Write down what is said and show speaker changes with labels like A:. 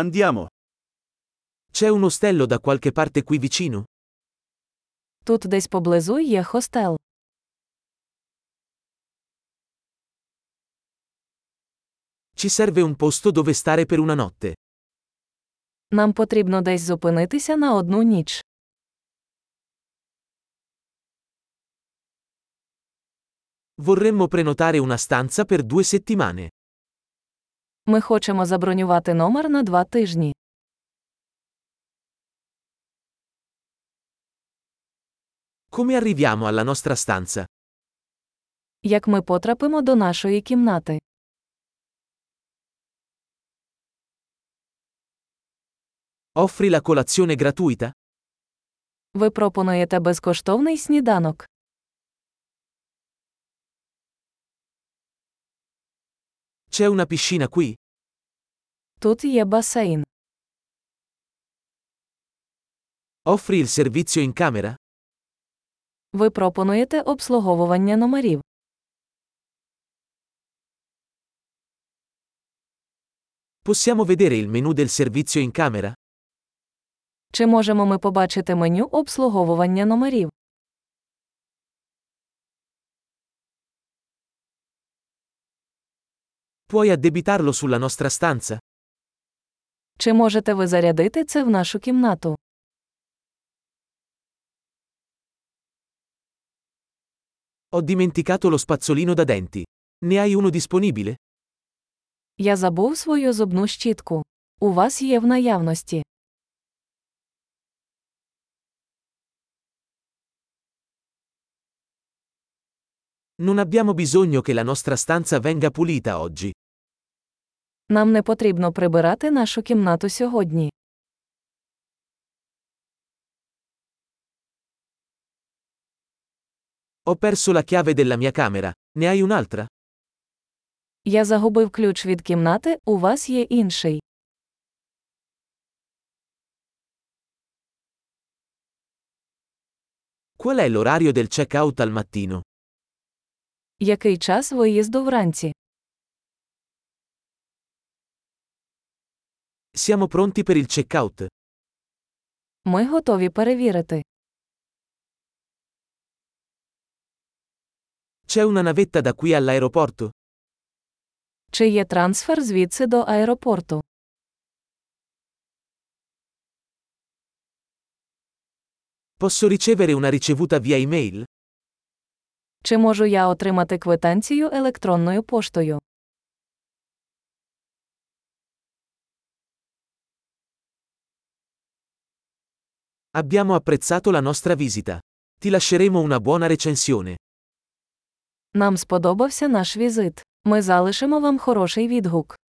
A: Andiamo. C'è un ostello da qualche parte qui vicino?
B: Тут десь поблизу є хостел.
A: Ci serve un posto dove stare per una notte.
B: Нам потрібно десь зупинитися на одну ніч.
A: Vorremmo prenotare una stanza per due settimane.
B: Ми хочемо забронювати номер на два тижні.
A: Come arriviamo alla nostra stanza?
B: Як ми потрапимо до нашої кімнати?
A: Offri la colazione gratuita?
B: Ви пропонуєте безкоштовний сніданок.
A: C'è una piscina qui?
B: Тут є басейн.
A: Offri il servizio in camera?
B: Ви пропонуєте обслуговування номерів.
A: Possiamo vedere il menu del servizio in camera?
B: Чи можемо ми побачити меню обслуговування номерів?
A: Puoi addebitarlo sulla nostra stanza?
B: Чи можете ви зарядити це в нашу кімнату?
A: Ho dimenticato lo spazzolino da denti. Ne hai uno disponibile?
B: Я забув свою зубну щітку. У вас є в наявності.
A: Non abbiamo bisogno che la nostra stanza venga pulita oggi.
B: Нам не потрібно прибирати нашу кімнату сьогодні.
A: Ho perso la chiave della mia camera. Ne hai un'altra?
B: Я загубив ключ від кімнати, у вас є інший.
A: Qual è l'orario del check-out al mattino?
B: Який час виїзду вранці?
A: Siamo pronti per il check-out.
B: Ми готові перевірити.
A: C'è una navetta da qui all'aeroporto?
B: Чи є трансфер звідси до аеропорту?
A: Posso ricevere una ricevuta via email?
B: Чи можу я отримати квитанцію електронною поштою?
A: Abbiamo apprezzato la nostra visita. Ti lasceremo una buona recensione.
B: Нам сподобався наш візит. Ми залишимо вам хороший відгук.